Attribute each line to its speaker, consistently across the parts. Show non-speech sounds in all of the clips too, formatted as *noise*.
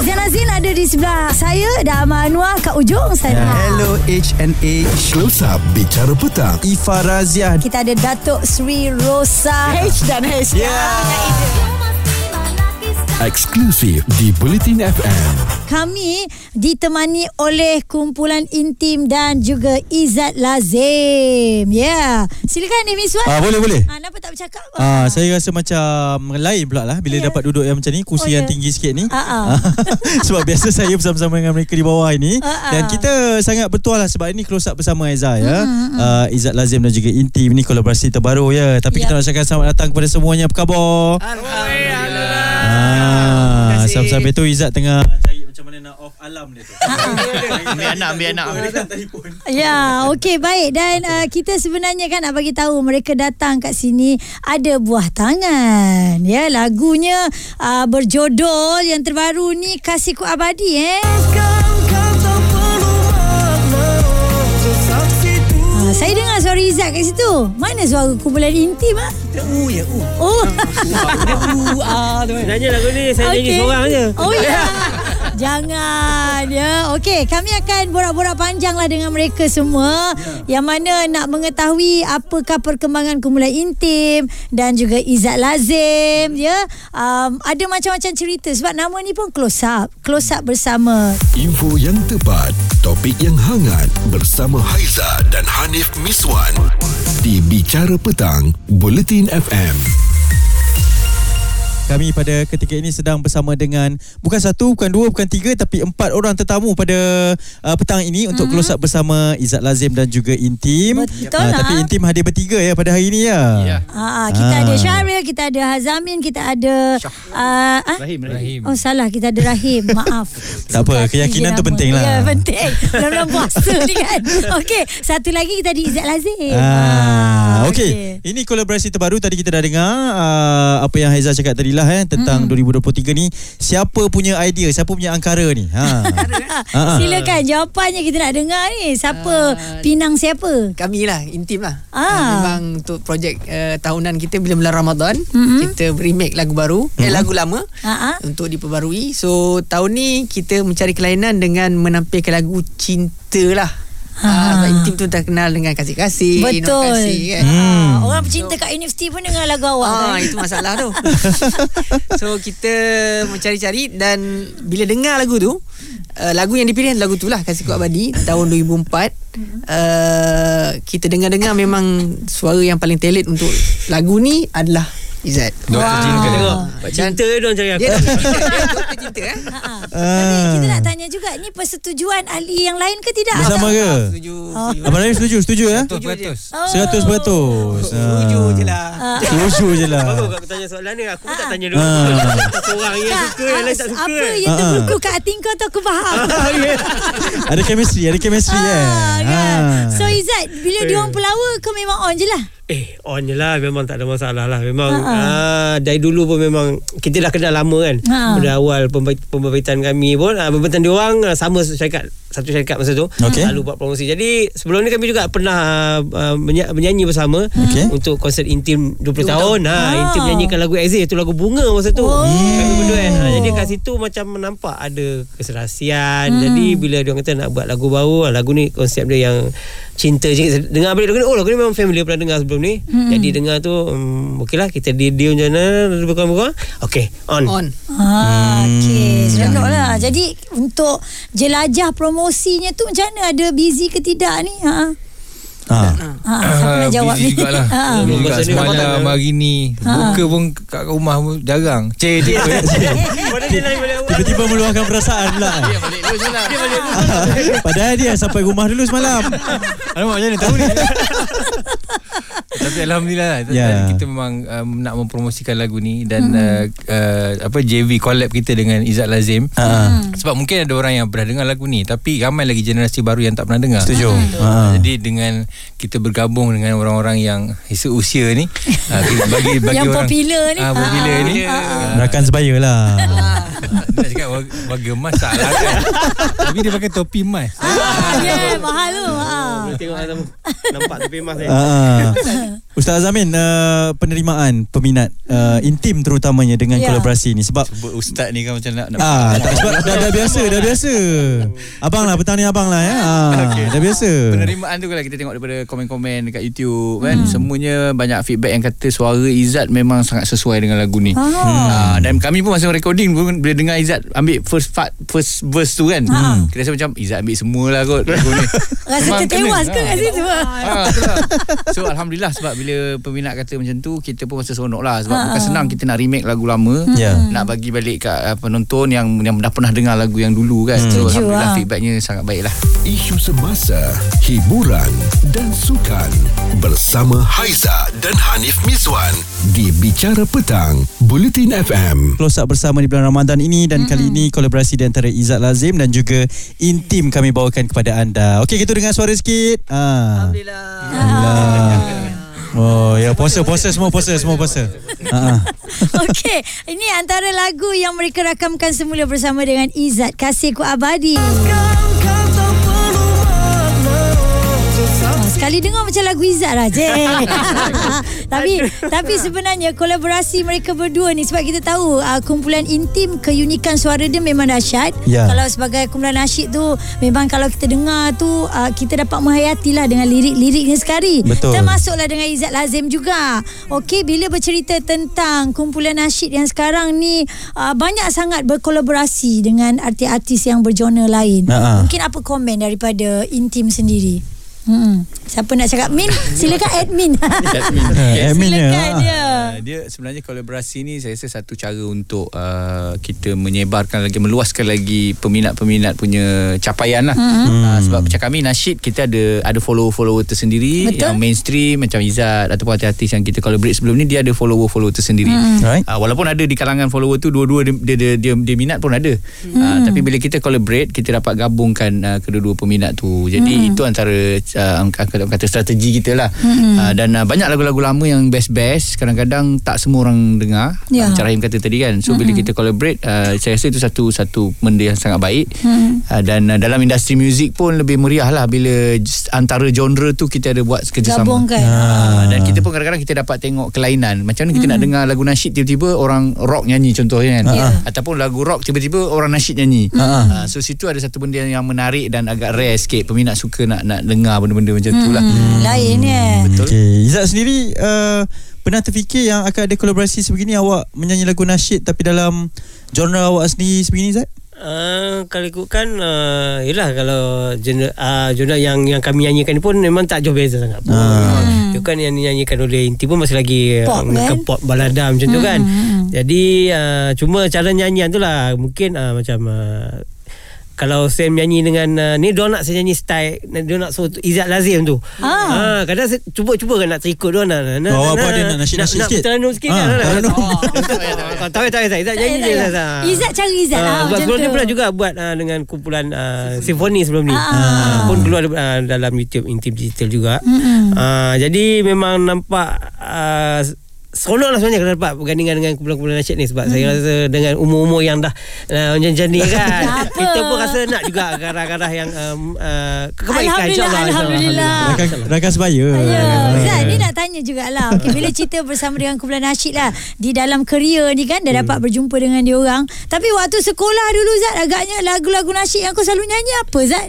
Speaker 1: Zainal Zain ada di sebelah saya dan Amal Anwar kat ujung sana.
Speaker 2: Hello HNA
Speaker 3: Close Up Bicara Petang
Speaker 2: Ifa Razia
Speaker 1: Kita ada Datuk Sri Rosa H dan H.
Speaker 2: Ya. Yeah.
Speaker 3: Eksklusif di Bulletin FM
Speaker 1: Kami ditemani oleh kumpulan intim dan juga Izzat Lazim. Yeah. Silakan Amy Suat.
Speaker 2: Ah, boleh boleh.
Speaker 1: Ah, kenapa tak bercakap?
Speaker 2: Ah, saya rasa macam lain pula lah bila
Speaker 1: Ya.
Speaker 2: yeah. dapat duduk yang macam ni,
Speaker 1: Oh,
Speaker 2: kursi oh,
Speaker 1: ya.
Speaker 2: yang yeah. tinggi sikit ni.
Speaker 1: Ah, ah.
Speaker 2: *laughs* sebab biasa saya bersama-sama dengan mereka di bawah ini
Speaker 1: Ah, ah.
Speaker 2: dan kita sangat bertuah lah sebab ini close up bersama Aizah ya. Ah, Izzat Lazim dan juga Intim ni kolaborasi terbaru ya. Tapi
Speaker 1: Ya.
Speaker 2: kita nak ucapkan selamat datang kepada semuanya. Apa khabar? Ah, sampai-sampai tu Izzat tengah cari macam mana nak off alarm dia tu.
Speaker 1: Ah,
Speaker 4: Ambil anak, ambil anak.
Speaker 2: Dia kan telefon.
Speaker 1: Ya, okey baik dan uh, kita sebenarnya kan nak bagi tahu mereka datang kat sini ada buah tangan. Ya, lagunya uh, berjodol yang terbaru ni Kasihku Abadi eh. Ah, Saya dengar suara Izzat kat situ. Mana suara kumpulan intim ah? Oh ya,
Speaker 5: Nanya lagu ni Saya
Speaker 1: oh.
Speaker 5: okay. nyanyi seorang je
Speaker 1: Oh ya.
Speaker 5: *laughs*
Speaker 1: Jangan ya. Okey, kami akan borak-borak panjanglah dengan mereka semua yeah. yang mana nak mengetahui apakah perkembangan kumpulan intim dan juga Izzat Lazim ya. Um, ada macam-macam cerita sebab nama ni pun close up. Close up bersama.
Speaker 3: Info yang tepat Topik yang hangat Bersama Haiza dan Hanif Miswan Di Bicara Petang Bulletin FM
Speaker 2: Kami pada ketika ini sedang bersama dengan bukan satu, bukan dua, bukan tiga tapi empat orang tetamu pada uh, petang ini untuk mm-hmm. close up bersama Izzat Lazim dan juga Intim.
Speaker 1: Betul
Speaker 2: Ah,
Speaker 1: lah.
Speaker 2: tapi Intim hadir bertiga ya pada hari ini ya. Yeah.
Speaker 1: Ha, kita
Speaker 2: Ah.
Speaker 1: ada Syahril, kita ada Hazamin, kita ada uh, ah?
Speaker 4: Rahim, Rahim.
Speaker 1: Oh salah kita ada
Speaker 2: *laughs*
Speaker 1: Rahim Maaf
Speaker 2: Tak apa,
Speaker 1: Suka hati
Speaker 2: keyakinan tu
Speaker 1: je
Speaker 2: penting
Speaker 1: nama.
Speaker 2: lah.
Speaker 1: Ya penting Dalam-dalam puasa ni kan Okey Satu lagi kita ada Izzat Lazim
Speaker 2: Ah, okey. Okay. Ini kolaborasi terbaru tadi kita dah dengar uh, apa yang Haiza cakap tadi lah eh tentang mm. 2023 ni. Siapa punya idea, siapa punya angkara ni? Ha. Ha, ha.
Speaker 1: Silakan jawapannya kita nak dengar ni Siapa
Speaker 6: Ah.
Speaker 1: Pinang siapa
Speaker 6: Kami lah Intim lah
Speaker 1: Ah.
Speaker 6: Ah, Memang untuk projek uh, tahunan kita Bila bulan Ramadan
Speaker 1: Mhm.
Speaker 6: Kita remake lagu baru mm-hmm. Eh lagu lama
Speaker 1: Ah, ah.
Speaker 6: Untuk diperbarui So tahun ni Kita mencari kelainan Dengan menampilkan lagu Cinta lah
Speaker 1: Ah.
Speaker 6: Ah, sebab Intim tu terkenal dengan kasih-kasih
Speaker 1: Betul.
Speaker 6: Nur kasih kan
Speaker 2: Hmm.
Speaker 1: Ah, Orang pecinta kat universiti pun dengar lagu awak
Speaker 6: Ah,
Speaker 1: kan
Speaker 6: itu masalah tu. *laughs* so kita mencari-cari dan bila dengar lagu tu, uh, lagu yang dipilih lagu tu lah Kasih Ku Abadi tahun 2004. Uh, kita dengar-dengar memang suara yang paling telit untuk lagu ni adalah Izzat.
Speaker 5: Kau tengok
Speaker 1: Wow.
Speaker 5: Cinta dia orang cari aku *laughs*
Speaker 6: Dia dia pecinta eh.
Speaker 1: Ah, ah. Tapi kita nak tanya juga Ni persetujuan ahli yang lain ke tidak
Speaker 2: Bersama ke?
Speaker 6: Setuju.
Speaker 2: Abang Rahim setuju, setuju ya?
Speaker 1: Oh.
Speaker 2: 100%.
Speaker 6: Setuju je lah.
Speaker 2: Setuju je lah.
Speaker 5: Bagus kau tanya soalan ni Aku pun tak tanya dulu
Speaker 2: Ah.
Speaker 5: Seorang yang
Speaker 1: Tak,
Speaker 5: suka Yang lain tak suka Ah,
Speaker 1: Apa
Speaker 5: ya,
Speaker 1: yang
Speaker 7: Ha.
Speaker 2: Ah, ah.
Speaker 1: terbuku kat hati kau tu aku
Speaker 5: *laughs*
Speaker 1: faham
Speaker 2: Ada chemistry, ada chemistry eh.
Speaker 1: Ah, kan?
Speaker 2: Ha.
Speaker 1: So Izzat Bila dia orang pelawa Kau memang on je lah
Speaker 5: Eh on je lah Memang tak ada masalah lah Memang
Speaker 1: Ha, ha.
Speaker 5: ah, Dari dulu pun memang Kita dah kenal lama kan
Speaker 1: Ha.
Speaker 5: Pada awal pemba- pembabitan kami pun ah, Pembabitan diorang ah, Sama syarikat Satu syarikat masa tu
Speaker 2: Okey.
Speaker 5: Lalu buat promosi Jadi sebelum ni kami juga pernah ah, menya- Menyanyi bersama
Speaker 2: Okey.
Speaker 5: Untuk konsert Intim 20 tahun ha,
Speaker 1: Ah.
Speaker 5: Intim menyanyikan lagu Exit Itu lagu Bunga masa tu
Speaker 1: Oh.
Speaker 5: Kami berdua kan ha, Jadi kat situ macam nampak Ada keserasian Jadi bila diorang kata nak buat lagu baru ah, Lagu ni konsep dia yang Cinta je Dengar balik lagu ni Oh lagu ni memang family Pernah dengar sebelum ni Jadi dengar tu um, Okey lah kita dia-dia macam mana Bukan-bukan Okey on,
Speaker 6: On.
Speaker 1: Ah,
Speaker 7: Hmm.
Speaker 1: okay. Seronok lah. Jadi untuk jelajah promosinya tu macam mana? Ada busy ke tidak ni? Ha.
Speaker 2: Ha.
Speaker 1: Ha, siapa nak jawab ni? Ah. *laughs*
Speaker 7: Ah, Busy jugalah
Speaker 1: Ha.
Speaker 7: Busy juga
Speaker 5: Masa ni
Speaker 7: Semalam
Speaker 5: Ramadan.
Speaker 7: hari ni Buka pun kat rumah pun jarang Cik
Speaker 1: *laughs*
Speaker 7: dia
Speaker 5: Mana dia lain balik awal
Speaker 2: Tiba-tiba meluahkan perasaan pula. eh. Ah.
Speaker 6: Balik dulu je lah.
Speaker 2: Padahal dia sampai rumah dulu semalam.
Speaker 7: Alamak macam mana tahu ni Tapi Alhamdulillah lah
Speaker 2: Ya.
Speaker 7: yeah. Kita memang um, nak mempromosikan lagu ni
Speaker 1: Hmm.
Speaker 7: Dan uh, uh, apa JV collab kita dengan Izzat Lazim
Speaker 2: Ha.
Speaker 1: Hmm.
Speaker 7: Sebab mungkin ada orang yang pernah dengar lagu ni Tapi ramai lagi generasi baru yang tak pernah dengar
Speaker 1: Ah,
Speaker 2: Setuju.
Speaker 7: Ha.
Speaker 2: Ha.
Speaker 7: Jadi dengan kita bergabung dengan orang-orang yang seusia ni
Speaker 1: *laughs*
Speaker 7: ah, kita bagi bagi
Speaker 1: Yang
Speaker 7: orang
Speaker 1: popular ni.
Speaker 7: ah, popular
Speaker 1: Ah,
Speaker 7: ni
Speaker 1: ah,
Speaker 7: ah,
Speaker 2: Rakan sebaya lah.
Speaker 7: *laughs* Nak cakap warga- warga emas tak lah kan *laughs* Ah, Tapi dia pakai topi emas
Speaker 1: Ah, yeah, ya, mahal tu. Ha.
Speaker 5: lah,
Speaker 1: Ah.
Speaker 2: Ah.
Speaker 5: Tengok Azam Nampak tepi mas ni
Speaker 2: Ha. Ustaz Azamin uh, penerimaan peminat uh, intim terutamanya dengan
Speaker 1: Ya.
Speaker 2: yeah. kolaborasi ni sebab
Speaker 7: Sebut ustaz ni kan macam nak, nak
Speaker 2: Ah, tak sebab dah, dah biasa, dah biasa. Abang lah, petang ni abang lah ya. Ah, okay. Dah biasa.
Speaker 7: Penerimaan tu kalau kita tengok daripada komen-komen dekat YouTube kan semuanya banyak feedback yang kata suara Izzat memang sangat sesuai dengan lagu ni. Ah. dan kami pun masa recording pun bila dengar Izzat ambil first part first verse tu kan. Kita rasa macam Izzat ambil semualah kot lagu ni. *laughs*
Speaker 1: Rasa
Speaker 7: Memang
Speaker 1: tertewas
Speaker 7: kena.
Speaker 1: ke kat
Speaker 7: Ah.
Speaker 1: situ?
Speaker 7: *laughs* Ah, itulah. so alhamdulillah sebab bila peminat kata macam tu kita pun rasa seronok lah sebab bukan senang kita nak remake lagu lama
Speaker 2: Ya.
Speaker 7: nak bagi balik kat uh, penonton yang yang dah pernah dengar lagu yang dulu kan so
Speaker 1: Setuju,
Speaker 7: alhamdulillah
Speaker 1: ah.
Speaker 7: feedbacknya sangat baik *laughs* lah
Speaker 3: Isu semasa, hiburan dan sukan bersama Haiza dan Hanif Miswan di Bicara Petang, Bulletin FM.
Speaker 2: Close up bersama di bulan Ramadan ini dan mm-hmm. kali ini kolaborasi di antara Izzat Lazim dan juga Intim kami bawakan kepada anda. Okey, kita dengar suara sikit. Ah.
Speaker 6: Alhamdulillah.
Speaker 2: Alhamdulillah. Oh, ya puasa, puasa semua puasa, semua puasa. Ah. ah.
Speaker 1: *laughs* Okey, ini antara lagu yang mereka rakamkan semula bersama dengan Izzat Kasihku Abadi. Ah, Sekali dengar macam lagu Izzat lah je. tapi tapi sebenarnya kolaborasi mereka berdua ni sebab kita tahu uh, kumpulan intim keunikan suara dia memang dahsyat.
Speaker 2: Ya.
Speaker 1: Kalau sebagai kumpulan nasyid tu memang kalau kita dengar tu uh, kita dapat menghayati lah dengan lirik-liriknya sekali.
Speaker 2: Betul.
Speaker 1: Termasuklah dengan Izzat Lazim juga. Okey bila bercerita tentang kumpulan nasyid yang sekarang ni uh, banyak sangat berkolaborasi dengan artis-artis yang berjona lain.
Speaker 2: Ha-ha.
Speaker 1: Mungkin apa komen daripada intim sendiri? Hmm. Siapa nak cakap Min? Silakan admin.
Speaker 2: Eh, Amin ya.
Speaker 1: Silakan dia.
Speaker 7: Uh, dia sebenarnya kolaborasi ni saya rasa satu cara untuk uh, kita menyebarkan lagi meluaskan lagi peminat-peminat punya capaian lah mm-hmm. uh, sebab macam kami nasyid kita ada ada follower-follower tersendiri
Speaker 1: Betul.
Speaker 7: yang mainstream macam Izzat ataupun artis-artis yang kita collaborate sebelum ni dia ada follower-follower tersendiri mm.
Speaker 2: Right.
Speaker 7: uh, walaupun ada di kalangan follower tu dua-dua dia dia, dia, dia, dia minat pun ada
Speaker 1: Hmm.
Speaker 7: uh, tapi bila kita collaborate kita dapat gabungkan uh, kedua-dua peminat tu jadi
Speaker 1: Hmm.
Speaker 7: itu antara uh, angka- angka- kata strategi kita lah
Speaker 1: Hmm.
Speaker 7: uh, dan uh, banyak lagu-lagu lama yang best-best kadang-kadang tak semua orang
Speaker 1: Ya.
Speaker 7: dengar
Speaker 1: Hmm.
Speaker 7: yeah. macam Rahim kata tadi kan so bila kita collaborate uh, saya rasa itu satu satu benda yang sangat baik
Speaker 1: Hmm.
Speaker 7: uh, dan uh, dalam industri muzik pun lebih meriah lah bila j- antara genre tu kita ada buat kerjasama
Speaker 1: Gabungkan.
Speaker 2: Ha.
Speaker 7: Ah, Hmm. dan kita pun kadang-kadang kita dapat tengok kelainan. Macam mana kita nak dengar lagu nasyid tiba-tiba orang rock nyanyi contohnya kan.
Speaker 1: Yeah.
Speaker 7: Ataupun lagu rock tiba-tiba orang nasyid nyanyi. Ah, so situ ada satu benda yang menarik dan agak rare sikit. Peminat suka nak nak dengar benda-benda macam tu lah.
Speaker 1: Hmm, lain eh.
Speaker 7: Betul.
Speaker 2: Okey, Izzat sendiri uh, pernah terfikir yang akan ada kolaborasi sebegini awak menyanyi lagu nasyid tapi dalam genre awak sendiri sebegini Izzat?
Speaker 5: Uh, kalau ikutkan uh, Yelah kalau genre, uh, genre yang yang kami nyanyikan ni pun Memang tak jauh beza sangat pun
Speaker 2: Ah.
Speaker 5: hmm. Itu kan yang dinyanyikan oleh Inti pun masih lagi
Speaker 1: Pop,
Speaker 5: uh,
Speaker 1: kan?
Speaker 5: ke pop balada macam tu kan Jadi uh, cuma cara nyanyian tu lah Mungkin uh, macam uh, kalau Sam nyanyi dengan uh, Ni dia nak saya nyanyi style Dia nak suruh Izzat Lazim tu ah. Kadang saya cuba-cuba kan nak terikut dia nak, nak,
Speaker 2: Oh, apa dia nak nasyid-nasyid
Speaker 5: nak,
Speaker 2: sikit?
Speaker 5: Nak teranum
Speaker 2: Ah,
Speaker 5: sikit kan nak-
Speaker 2: teranum.
Speaker 5: Oh, *laughs* Tak payah tak payah Izzat nyanyi je Izzat
Speaker 1: Izzat cari Izzat lah
Speaker 5: Ah, sebab
Speaker 1: macam
Speaker 5: sebelum
Speaker 1: tu.
Speaker 5: ni pernah juga buat ah, dengan kumpulan ah, simfoni sebelum ni. Ah, pun keluar ah, dalam YouTube Intim Digital juga. Ah, jadi memang nampak ah, Seronok lah sebenarnya kalau dapat bergandingan dengan kumpulan-kumpulan nasyid ni sebab
Speaker 1: Mm.
Speaker 5: saya rasa dengan umur-umur yang dah uh, macam
Speaker 1: *laughs*
Speaker 5: ni kan
Speaker 1: Tak apa.
Speaker 5: kita pun rasa nak juga garah-garah yang um, uh,
Speaker 1: Alhamdulillah,
Speaker 5: kebaikan insyaAllah
Speaker 1: Alhamdulillah.
Speaker 5: Ah.
Speaker 2: Rakan, rakan sebaya. Eh,
Speaker 1: Ya, Zat ni nak tanya jugalah okay, Bila cerita bersama dengan kumpulan nasyid lah Di dalam kerja ni kan Dah dapat berjumpa dengan dia orang Tapi waktu sekolah dulu Zat Agaknya lagu-lagu nasyid yang kau selalu nyanyi apa Zat?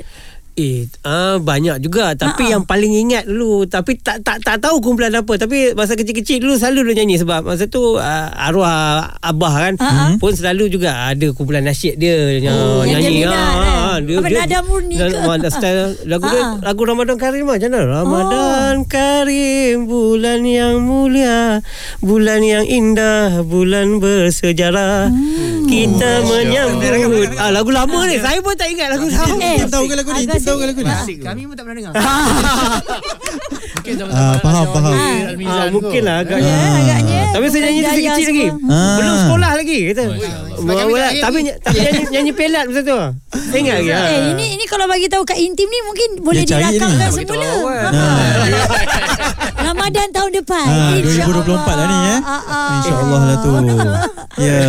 Speaker 5: Eh, ah, banyak juga tapi
Speaker 1: Ha-ha.
Speaker 5: yang paling ingat dulu tapi tak tak tak tahu kumpulan apa tapi masa kecil-kecil dulu selalu dia nyanyi sebab masa tu ah, arwah abah kan
Speaker 1: Ha-ha.
Speaker 5: pun selalu juga ada kumpulan nasyid dia yang
Speaker 1: Oh, yang
Speaker 5: nyanyi
Speaker 1: dia minat,
Speaker 5: Ah,
Speaker 1: kan?
Speaker 5: ah,
Speaker 1: Apa, nada murni ke?
Speaker 5: Dan- dan style lagu dia
Speaker 1: Ha-ha. Oh.
Speaker 5: lagu Ramadan Karim lah, macam mana? Ramadan Karim bulan yang mulia bulan yang indah bulan bersejarah
Speaker 1: Hmm.
Speaker 5: kita menyambut ah, lagu lama ni saya pun tak ingat lagu lama
Speaker 2: Tim tahu ke lagu ni? Tim tahu ke lagu ni?
Speaker 6: Kami pun tak pernah dengar.
Speaker 2: Ah, faham, faham.
Speaker 5: Ah, mungkin lah agaknya.
Speaker 1: Ha. Ya, agaknya.
Speaker 5: Tapi saya nyanyi
Speaker 1: Kumpulan
Speaker 5: kecil-kecil
Speaker 1: Daya
Speaker 5: lagi.
Speaker 1: semua.
Speaker 2: Ah.
Speaker 5: Belum sekolah lagi
Speaker 1: Oh,
Speaker 5: kata. Wah, wah, Tapi tapi nyanyi, nyanyi pelat masa tu. Saya ingat lagi. ah.
Speaker 1: Eh, ini ini kalau bagi tahu kat intim ni mungkin boleh
Speaker 2: Dia cari
Speaker 1: dirakamkan
Speaker 2: ni.
Speaker 1: semula. Ha. Ramadan tahun depan.
Speaker 2: Ha,
Speaker 1: InsyaAllah.
Speaker 2: 2024 lah ni
Speaker 1: Ah,
Speaker 2: eh.
Speaker 1: ah. *laughs*
Speaker 2: lah InsyaAllah lah tu. Ya.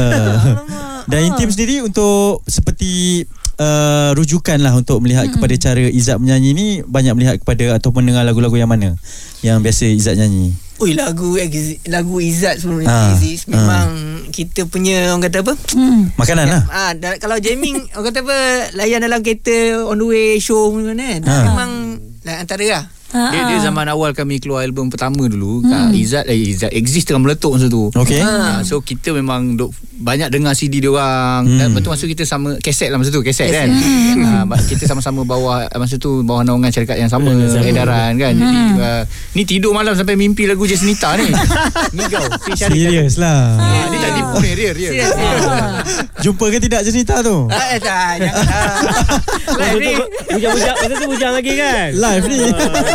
Speaker 2: Dan intim sendiri untuk seperti uh, rujukan lah untuk melihat hmm. kepada cara Izzat menyanyi ni banyak melihat kepada atau mendengar lagu-lagu yang mana yang biasa Izzat nyanyi.
Speaker 6: Ui lagu lagu Izzat sebelum
Speaker 2: Ah,
Speaker 6: ha. Aziz memang kita punya orang kata apa?
Speaker 2: Makanan lah.
Speaker 6: Ah, ha, kalau
Speaker 5: *laughs*
Speaker 6: jamming orang kata apa layan dalam kereta on the way show pun kan.
Speaker 2: Ha.
Speaker 6: Ha. Memang lah, antara lah.
Speaker 1: ha.
Speaker 7: Dia, dia zaman awal kami keluar album pertama dulu Ah. hmm. Izzat eh, Izzat Exist tengah meletup masa tu
Speaker 2: Okey.
Speaker 7: Ah, So kita memang duk, Banyak dengar CD dia orang hmm. Dan
Speaker 2: Hmm.
Speaker 7: betul masa tu kita sama Keset lah masa tu Keset kan Ah, ba- Kita sama-sama bawah eh, Masa tu Bawah naungan syarikat yang sama Edaran kan Jadi ah, Ni tidur malam Sampai mimpi lagu Jesnita *laughs* ni Ni kau si syarikat
Speaker 2: Serius lah.
Speaker 7: Ah, Ni tak tipu ni Real real
Speaker 6: Serius, serius.
Speaker 2: Jumpa ke tidak Jenita tu?
Speaker 6: Ah, Lah, eh,
Speaker 5: *laughs*
Speaker 6: tak, jangan.
Speaker 5: Masa tu bujang-bujang Masa tu bujang lagi kan
Speaker 1: Lah,
Speaker 2: Live ni.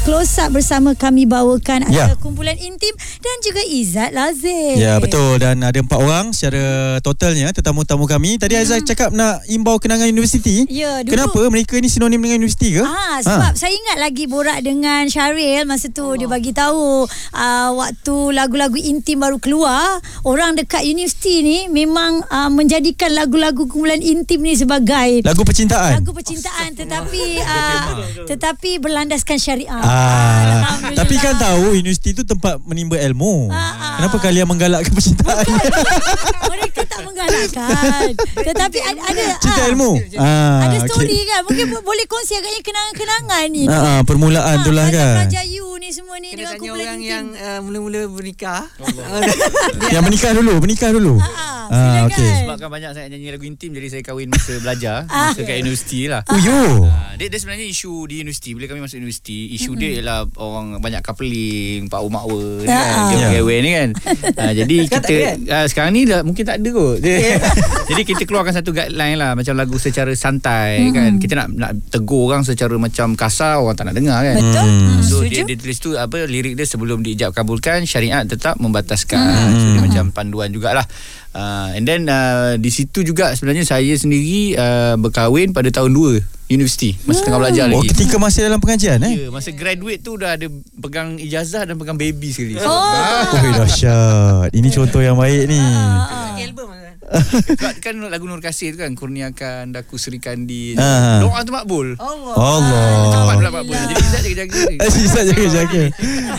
Speaker 1: Close up bersama kami bawakan
Speaker 2: Ya.
Speaker 1: ada kumpulan intim dan juga Izzat Lazim.
Speaker 2: Ya betul dan ada empat orang secara totalnya tetamu-tamu kami. Tadi Aizah cakap nak imbau kenangan universiti.
Speaker 1: Ya, dulu-
Speaker 2: Kenapa mereka ni sinonim dengan universiti ke?
Speaker 1: Ah sebab ha. saya ingat lagi borak dengan Syaril masa tu dia bagi tahu uh, waktu lagu-lagu intim baru keluar orang dekat universiti ni memang uh, menjadikan lagu-lagu kumpulan intim ni sebagai
Speaker 2: Lagu percintaan.
Speaker 1: lagu percintaan tetapi uh, tetapi berlandaskan syariah.
Speaker 2: Ah,
Speaker 1: Alhamdulillah.
Speaker 2: tapi kan tahu universiti tu tempat menimba ilmu.
Speaker 1: Ah, ah.
Speaker 2: Kenapa kalian menggalakkan percintaan?
Speaker 1: mereka tak
Speaker 2: *laughs*
Speaker 1: menggalakkan. Tetapi ada ada
Speaker 2: Cinta
Speaker 1: ah,
Speaker 2: ilmu. Ah,
Speaker 1: Ada story
Speaker 2: okey.
Speaker 1: okay. kan Mungkin bo- boleh kongsi agaknya Kenangan-kenangan ni
Speaker 2: Ah, ah, permulaan tu lah
Speaker 1: macam
Speaker 2: kan.
Speaker 1: Raja Yu ni semua ni
Speaker 6: Kena
Speaker 1: Dengan
Speaker 6: tanya
Speaker 1: kumpulan
Speaker 6: orang
Speaker 1: intim
Speaker 6: yang uh, mula-mula bernikah. Ah,
Speaker 2: Yang menikah dulu, menikah dulu.
Speaker 1: ah,
Speaker 2: Ah,
Speaker 1: silakan.
Speaker 2: okey.
Speaker 7: Sebabkan banyak saya nyanyi lagu intim Jadi saya kahwin masa belajar Masa kat universiti lah
Speaker 2: Uyo.
Speaker 7: Ah, dia, dia sebenarnya isu di universiti bila kami masuk universiti isu mm-hmm. dia ialah orang banyak coupling pak umak we
Speaker 1: Ah, ah.
Speaker 7: kan
Speaker 2: Ya.
Speaker 7: yeah. ni kan Ah, jadi
Speaker 6: Sekarang
Speaker 7: kita
Speaker 6: tak ada
Speaker 7: ah, sekarang ni dah mungkin tak ada kot Dia- *laughs* jadi kita keluarkan satu guideline lah macam lagu secara santai mm-hmm. kan kita nak nak tegur orang secara macam kasar orang tak nak dengar kan
Speaker 1: Betul hmm.
Speaker 7: So
Speaker 1: Setuju
Speaker 7: dia, dia tulis tu apa lirik dia sebelum diijab kabulkan syariat tetap membataskan. Hmm. So dia macam panduan jugalah. Uh, and then uh, di situ juga sebenarnya saya sendiri uh, berkahwin pada tahun 2 universiti masa tengah belajar
Speaker 2: Oh,
Speaker 7: lagi.
Speaker 2: ketika masih dalam pengajian eh?
Speaker 7: Ya, masa graduate tu dah ada pegang ijazah dan pegang baby sekali. So,
Speaker 1: Oh
Speaker 2: Oh, eh, dahsyat. Ini contoh yang baik ni.
Speaker 1: Ah,
Speaker 6: Album
Speaker 7: sebab kan lagu Nur Kasih tu kan kurniakan daku serikan di
Speaker 2: Ah.
Speaker 7: doa tu makbul.
Speaker 1: Ah,
Speaker 6: Allah.
Speaker 7: Cepat
Speaker 2: Allah. Eh,
Speaker 7: pula makbul. Jadi Izzat jaga-jaga.
Speaker 2: Sisa jaga-jaga.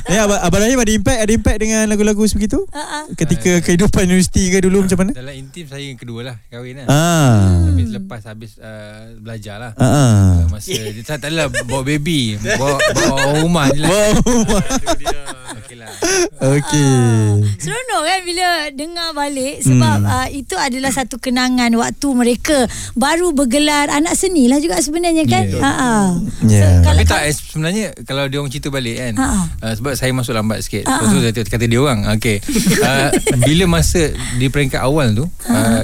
Speaker 2: Eh, Abang, Abang Rahim ada impact, ada impact dengan lagu-lagu sebegitu?
Speaker 1: Ah, ah.
Speaker 2: Ketika kehidupan universiti ke dulu macam mana?
Speaker 8: Dalam intim saya yang kedua lah kahwin lah.
Speaker 2: Ah.
Speaker 8: Habis lah. lepas habis uh, belajar lah.
Speaker 2: Ah. ah.
Speaker 8: Uh, masa dia tak, tak adalah
Speaker 7: lah,
Speaker 8: bawa baby, bawa, bawa orang rumah je lah.
Speaker 2: Wow.
Speaker 8: *laughs* Okey lah.
Speaker 2: Okey.
Speaker 1: Seronok kan bila dengar balik sebab hmm. uh, itu adalah satu kenangan waktu mereka baru bergelar anak seni lah juga sebenarnya kan.
Speaker 8: Ya.
Speaker 1: Yeah. Ha ah.
Speaker 2: Ya.
Speaker 8: Tapi tak eh, sebenarnya kalau dia orang cerita balik kan.
Speaker 1: Ha, ha.
Speaker 8: Uh, sebab saya masuk lambat sikit.
Speaker 1: Ha,
Speaker 8: Lepas tu saya kata dia orang.
Speaker 1: *laughs*
Speaker 8: Okey. Uh, bila masa di peringkat awal tu
Speaker 1: Ha,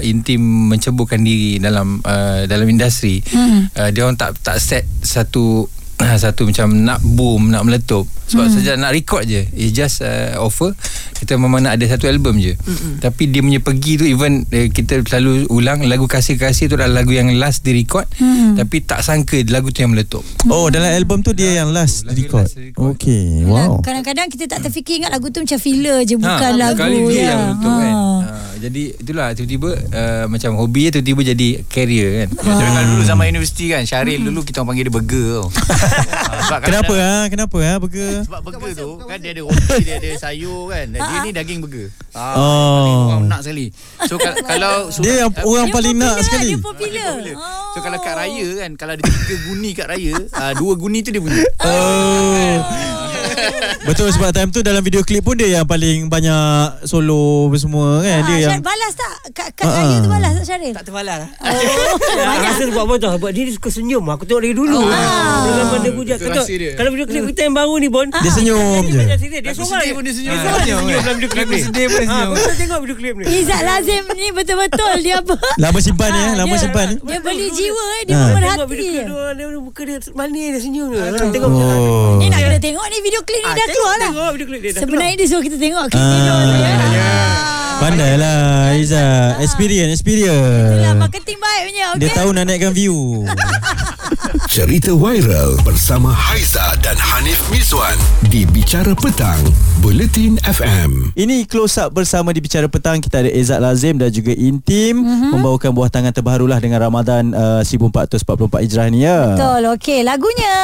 Speaker 8: uh, intim menceburkan diri dalam uh, dalam industri.
Speaker 1: Hmm.
Speaker 8: Uh, dia orang tak tak set satu *coughs* satu macam nak boom nak meletup sebab hmm. saja nak record je it's just uh, offer kita memang nak ada satu album je hmm. tapi dia punya pergi tu even uh, kita selalu ulang lagu kasih-kasih tu adalah lagu yang last di record hmm. tapi tak sangka lagu tu yang meletup
Speaker 2: Oh, dalam album tu dia yang last
Speaker 8: Lagu
Speaker 2: record.
Speaker 8: last record.
Speaker 2: Okey. Wow.
Speaker 1: Kadang-kadang kita tak terfikir ingat lagu tu macam filler je bukan
Speaker 8: Ha,
Speaker 1: lagu
Speaker 8: kali dia
Speaker 1: ya.
Speaker 8: yang betul kan.
Speaker 1: Ha.
Speaker 8: Ha, jadi itulah tiba-tiba uh, macam hobi dia tiba-tiba jadi career kan.
Speaker 7: Macam dengar Ya, dulu zaman universiti kan Syaril dulu kita orang panggil dia burger tau. Ah, sebab
Speaker 2: Kenapa
Speaker 7: kadang-
Speaker 2: ah? Kenapa ah burger?
Speaker 7: Sebab burger tu kan dia ada roti, dia ada sayur kan. Dia ni daging burger. Ah,
Speaker 2: Oh.
Speaker 7: Orang nak sekali. So kal- kalau so,
Speaker 2: Dia yang orang paling nak
Speaker 1: popular,
Speaker 2: sekali.
Speaker 1: Dia popular. Oh.
Speaker 7: So kalau kat raya kan Kalau ada tiga guni kat raya uh, Dua guni tu dia bunyi
Speaker 2: Oh. *laughs* Betul sebab time tu dalam video klip pun dia yang paling banyak solo apa semua kan. Dia
Speaker 1: Ah,
Speaker 2: yang
Speaker 1: Syar, balas tak? Kat, kat
Speaker 2: Ah,
Speaker 1: raya tu
Speaker 2: ah.
Speaker 1: balas tak Oh, Syaril?
Speaker 6: Tak terbalas lah.
Speaker 5: Aku rasa dia buat apa tau Sebab dia dia suka senyum Aku tengok dari dulu
Speaker 1: Ah.
Speaker 5: Dia gambar dia puja Kau
Speaker 7: Betul
Speaker 5: tengok
Speaker 7: rahsia dia.
Speaker 5: Kalau video klip kita yang baru ni Bon
Speaker 2: dia senyum je.
Speaker 5: Dia serius Dia
Speaker 7: Aku
Speaker 5: seorang
Speaker 7: sedih pun dia senyum.
Speaker 5: seorang dia senyum dalam video klip
Speaker 8: Lagu
Speaker 5: ni
Speaker 8: sedih pun
Speaker 5: Ha,
Speaker 8: senyum.
Speaker 5: Kau tak tengok video klip ni
Speaker 1: Izzat Lazim ni betul-betul dia apa?
Speaker 2: Lama simpan ni eh, lama
Speaker 1: Ah, dia,
Speaker 2: simpan ni.
Speaker 1: Dia beli jiwa eh, dia
Speaker 2: Ah.
Speaker 5: Tengok
Speaker 1: pemerhati.
Speaker 5: video klip dia orang, Dia dia muka dia manis Dia senyum dia Orang Tengok
Speaker 2: Oh.
Speaker 1: Ni nak kena tengok ni video klip ni
Speaker 5: Ah,
Speaker 1: dah
Speaker 5: tengok,
Speaker 1: keluar lah.
Speaker 5: Tengok video klip dia dah
Speaker 1: Sebenarnya dia suruh kita tengok klip
Speaker 2: Ah.
Speaker 1: video tu ya.
Speaker 2: Pandai lah Izzat Experience
Speaker 1: Itulah
Speaker 2: Experience
Speaker 1: marketing baik punya,
Speaker 2: Dia Ah.
Speaker 1: okey?
Speaker 2: tahu nak naikkan view
Speaker 3: Cerita viral Bersama Haiza dan Hanif Mizwan di Bicara Petang, Buletin FM.
Speaker 2: Ini close up bersama di Bicara Petang Kita ada Ezat Lazim dan juga Intim
Speaker 1: Mhm.
Speaker 2: mm-hmm. Membawakan buah tangan terbarulah dengan Ramadan uh, 1444 Hijrah ni ya
Speaker 1: Betul. Okey, lagunya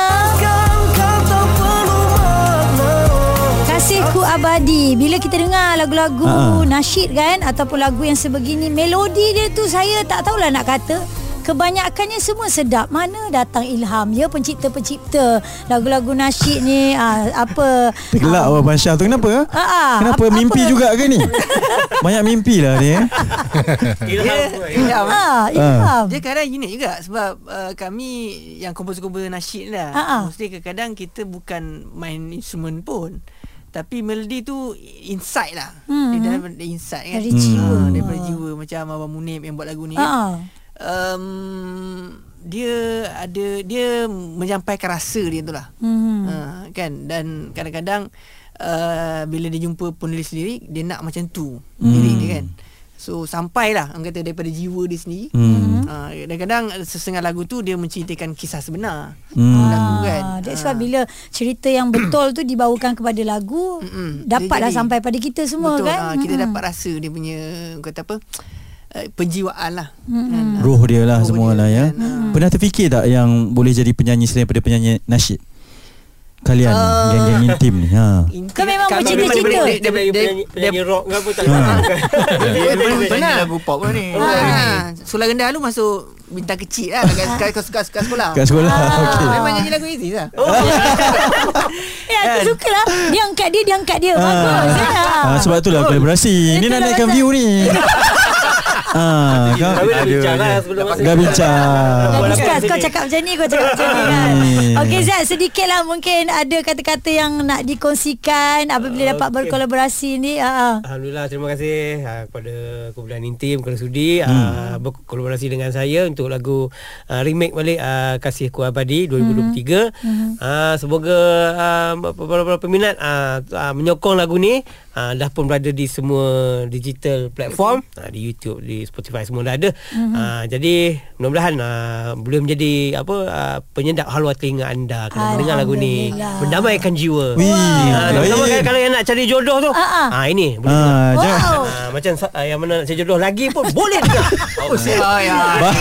Speaker 1: Kasihku Abadi Bila kita dengar lagu-lagu
Speaker 2: Ha.
Speaker 1: nasyid kan Ataupun lagu yang sebegini Melodi dia tu saya tak tahulah nak kata Kebanyakannya semua sedap Mana datang ilham Ya pencipta-pencipta Lagu-lagu nasyid ni ah, Apa
Speaker 2: Tergelak awak Abang Syah tu kenapa? eh?
Speaker 1: Ah, ah.
Speaker 2: Kenapa
Speaker 1: Apa-
Speaker 2: mimpi
Speaker 1: apa?
Speaker 2: juga ke
Speaker 1: *laughs*
Speaker 2: ni? Banyak mimpi lah ni eh.
Speaker 6: Ilham.
Speaker 1: ah, Ilham
Speaker 6: Dia kadang unik juga sebab uh, kami yang komposer-komposer nasyid ni lah.
Speaker 1: Ha, ha.
Speaker 6: Mesti kadang-kadang kita bukan main instrumen pun. Tapi melodi tu insight lah. Hmm. Dia daripada insight kan.
Speaker 1: Dari jiwa.
Speaker 6: Ha, daripada jiwa macam Abang Munib yang buat lagu ni.
Speaker 1: Ah,
Speaker 6: Um, dia ada dia menyampaikan rasa dia tu lah.
Speaker 1: Hmm.
Speaker 6: Ha, kan dan kadang-kadang uh, bila dia jumpa penulis lirik dia nak macam tu hmm. lirik dia kan. So sampailah orang kata daripada jiwa dia sendiri.
Speaker 2: Hmm.
Speaker 6: Uh, kadang-kadang sesengah lagu tu dia menceritakan kisah sebenar.
Speaker 2: Hmm.
Speaker 6: Lagu kan.
Speaker 1: Ah, That's why bila cerita yang betul tu dibawakan kepada lagu
Speaker 6: Mm-mm. Dia
Speaker 1: Dapatlah
Speaker 6: jadi.
Speaker 1: sampai pada kita semua
Speaker 6: Betul,
Speaker 1: kan
Speaker 6: ah, kita
Speaker 1: Mm-mm.
Speaker 2: Hmm.
Speaker 6: dapat rasa dia punya orang kata apa? Uh, penjiwaan lah. Kan, ah.
Speaker 2: Roh dia lah
Speaker 6: Roh
Speaker 2: semua
Speaker 6: dia
Speaker 2: lah ya
Speaker 6: kan,
Speaker 1: Hmm.
Speaker 6: ah.
Speaker 2: Pernah terfikir tak yang boleh jadi penyanyi selain daripada penyanyi nasyid? Kalian ni,
Speaker 6: Ah.
Speaker 2: geng-geng intim ni ha.
Speaker 6: Inti-
Speaker 1: Kau memang
Speaker 6: kami
Speaker 1: macam
Speaker 6: memang
Speaker 1: cerita-cerita.
Speaker 6: daripada-
Speaker 5: Dia
Speaker 6: daripada-
Speaker 5: penyanyi penyanyi rock ke apa tak
Speaker 1: Ah.
Speaker 2: Ha.
Speaker 6: daripada-
Speaker 7: Pernah lagu pop lah ni.
Speaker 2: Ah.
Speaker 6: Ha, Sulah rendah tu masuk bintang kecil lah kat, kat, kat, kat sekolah.
Speaker 2: Kat sekolah okay.
Speaker 6: Memang nyanyi lagu Aziz lah.
Speaker 1: *laughs*
Speaker 7: Oh,
Speaker 1: Eh aku suka lah Dia angkat dia Dia angkat dia Bagus ya.
Speaker 2: Ah, sebab itulah kolaborasi. Ni
Speaker 1: Itulah
Speaker 2: nak naikkan
Speaker 1: pasal-
Speaker 2: view
Speaker 1: *laughs*
Speaker 2: ni. ah, kau
Speaker 5: Kami dah bincang lah sebelum masa
Speaker 2: dah bincang.
Speaker 1: Dah
Speaker 5: Buat
Speaker 1: discuss
Speaker 5: apa
Speaker 1: Kau
Speaker 5: sini?
Speaker 1: cakap macam ni Kau cakap macam ni kan
Speaker 2: Hmm.
Speaker 1: Okey Zat Sedikit lah mungkin Ada kata-kata yang Nak dikongsikan Apabila dapat
Speaker 5: Okey.
Speaker 1: berkolaborasi ni ah, ah.
Speaker 5: Alhamdulillah terima kasih uh, kepada kumpulan Intim kepada Sudi hmm. uh, berkolaborasi dengan saya untuk lagu uh, remake balik uh, Kasihku Abadi 2023. Hmm. Uh, semoga uh, para-para peminat uh, uh, menyokong lagu ni uh, dah pun berada di semua digital platform uh, di YouTube di Spotify semua dah ada. Hmm. Uh, jadi mudah-mudahan uh, boleh menjadi apa uh, penyedap halwa telinga anda kalau mendengar lagu ni
Speaker 1: Alhamdulillah.
Speaker 5: mendamaikan jiwa.
Speaker 2: Wih,
Speaker 5: Ah, terutama
Speaker 2: lain.
Speaker 5: kalau- kalau yang nak cari jodoh tu.
Speaker 1: Ah, ah.
Speaker 5: Ah, ini boleh dengar.
Speaker 2: Ah, jangan.
Speaker 1: Wow *laughs*
Speaker 5: Ah, macam sa- ah, yang mana nak cari jodoh lagi pun boleh dengar. Oh,
Speaker 6: Oh ya.
Speaker 2: Ba-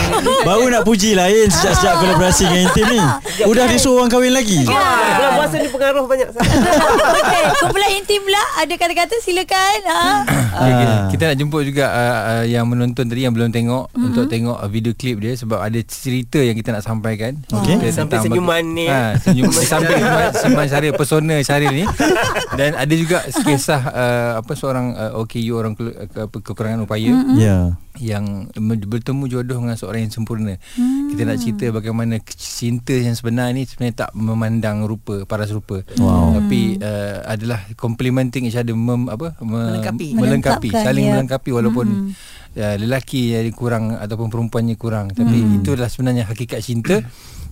Speaker 2: baru nak puji lain sejak-sejak kolaborasi dengan Intim ni. Udah disuruh orang kahwin lagi.
Speaker 1: Ya.
Speaker 5: ah, Bulan puasa ni pengaruh banyak.
Speaker 1: Okey Kumpulan intim pula Ada kata-kata silakan ah.
Speaker 7: Okay, kita,
Speaker 2: Ah.
Speaker 7: kita nak jemput juga uh, uh, yang menonton tadi yang belum
Speaker 5: Mhm.
Speaker 7: tengok mm-hmm. untuk tengok uh, video klip dia sebab ada cerita yang kita nak sampaikan.
Speaker 2: Okey.
Speaker 7: Kita
Speaker 5: Sampai
Speaker 7: tentang-
Speaker 5: senyuman ni.
Speaker 7: Ha,
Speaker 5: *laughs*
Speaker 7: senyum sampai senyuman, senyuman Syaril persona Syaril ni dan ada
Speaker 5: *laughs*
Speaker 7: juga kisah uh, apa seorang uh, OKU orang ke, apa, kekurangan upaya mm-hmm
Speaker 2: Ya.
Speaker 7: yang men- bertemu jodoh dengan seorang yang sempurna. Hmm. Kita nak cerita bagaimana ke- cinta yang sebenar ni sebenarnya tak memandang rupa, paras rupa. Wow. Tapi uh, adalah complementing each other mem, apa
Speaker 6: Melengkapi.
Speaker 7: me, melengkapi,
Speaker 1: Melengkapkan,
Speaker 7: saling
Speaker 1: ya.
Speaker 7: melengkapi walaupun hmm. uh, lelaki yang kurang ataupun perempuannya kurang. Tapi hmm. itulah sebenarnya hakikat cinta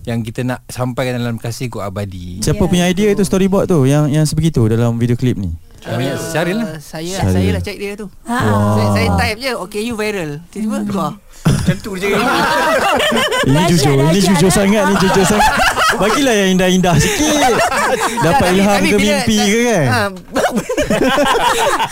Speaker 7: yang kita nak sampaikan dalam kasihku abadi.
Speaker 2: Siapa punya idea itu storyboard tu yang yang sebegitu dalam video klip ni?
Speaker 7: Kami Syaril
Speaker 6: Uh,
Speaker 7: lah.
Speaker 6: saya
Speaker 2: Syaril.
Speaker 6: saya lah check dia tu.
Speaker 1: Ah.
Speaker 6: Saya, saya type je okay you viral. Tiba-tiba
Speaker 2: Hmm.
Speaker 6: keluar.
Speaker 2: Ini
Speaker 1: Dahsyat,
Speaker 2: jujur, ini
Speaker 1: dahsyat,
Speaker 2: jujur
Speaker 1: eh?
Speaker 2: sangat, ni jujur sangat. Bagilah yang
Speaker 1: *laughs*
Speaker 2: indah-indah sikit. Dapat
Speaker 6: Tapi-
Speaker 2: ilham
Speaker 6: tapi
Speaker 2: ke
Speaker 6: bila-
Speaker 2: mimpi ke kan?
Speaker 1: Ah.
Speaker 6: Ha. *laughs*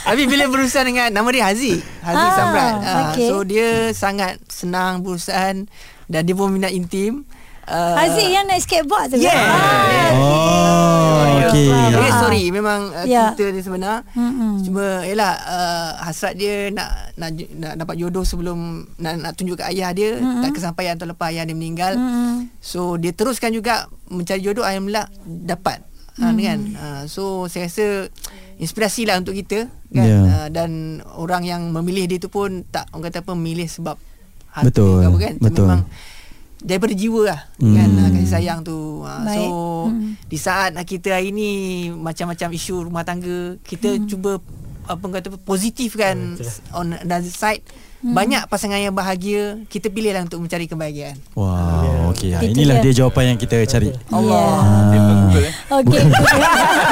Speaker 6: Tapi bila berurusan dengan nama dia Haziq, Haziq
Speaker 1: Ah,
Speaker 6: ah, Samrat. Ha,
Speaker 1: okey.
Speaker 6: So dia sangat senang berurusan dan dia pun minat intim. Uh,
Speaker 1: Aziz yang naik skateboard tu
Speaker 6: Yeah.
Speaker 1: kan? Ah,
Speaker 2: Oh, okey.
Speaker 6: Okay, sorry memang uh,
Speaker 1: Ya.
Speaker 6: cerita dia sebenar.
Speaker 1: Mm-mm.
Speaker 6: Cuma yalah uh, hasrat dia nak, nak ju- nak dapat jodoh sebelum nak nak tunjuk ke ayah dia mm-hmm. tak kesampaian tahun lepas ayah dia meninggal. Mm-hmm. So dia teruskan juga mencari jodoh alhamdulillah dapat. Mm. Ha, kan? Uh, so saya rasa inspirasi lah untuk kita kan
Speaker 2: Ya.
Speaker 6: uh, dan orang yang memilih dia tu pun tak orang kata apa memilih sebab hati
Speaker 2: Betul,
Speaker 6: ke apa kan
Speaker 2: betul.
Speaker 6: memang daripada jiwa lah
Speaker 2: Hmm.
Speaker 6: hmm. kan ah, kasih sayang tu Ah,
Speaker 1: Baik.
Speaker 6: so di saat ah, kita hari ni macam-macam isu rumah tangga kita cuba apa orang kata apa, positif kan on another side banyak pasangan yang bahagia kita pilihlah untuk mencari kebahagiaan
Speaker 2: Wow, okey. Ah,
Speaker 1: Itu dia.
Speaker 2: Inilah
Speaker 1: eh.
Speaker 2: dia jawapan yang kita cari. Ah.
Speaker 1: Allah. Okey.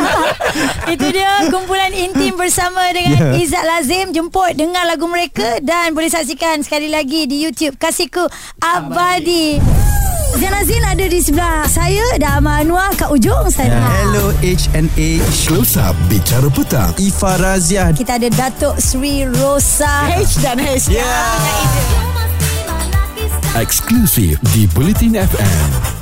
Speaker 1: *laughs* Itu dia kumpulan intim bersama dengan
Speaker 2: Ya.
Speaker 1: yeah. Izzat Lazim jemput dengar lagu mereka dan boleh saksikan sekali lagi di YouTube Kasihku Abadi. Zainal Zin ada di sebelah saya dan Amal Anwar kat ujung sana.
Speaker 7: Hello HNA
Speaker 3: Close Up Bicara Petang
Speaker 2: Ifa Razia
Speaker 1: Kita ada Datuk Sri Rosa H dan H.
Speaker 2: Yeah.
Speaker 3: Eksklusif di Bulletin FM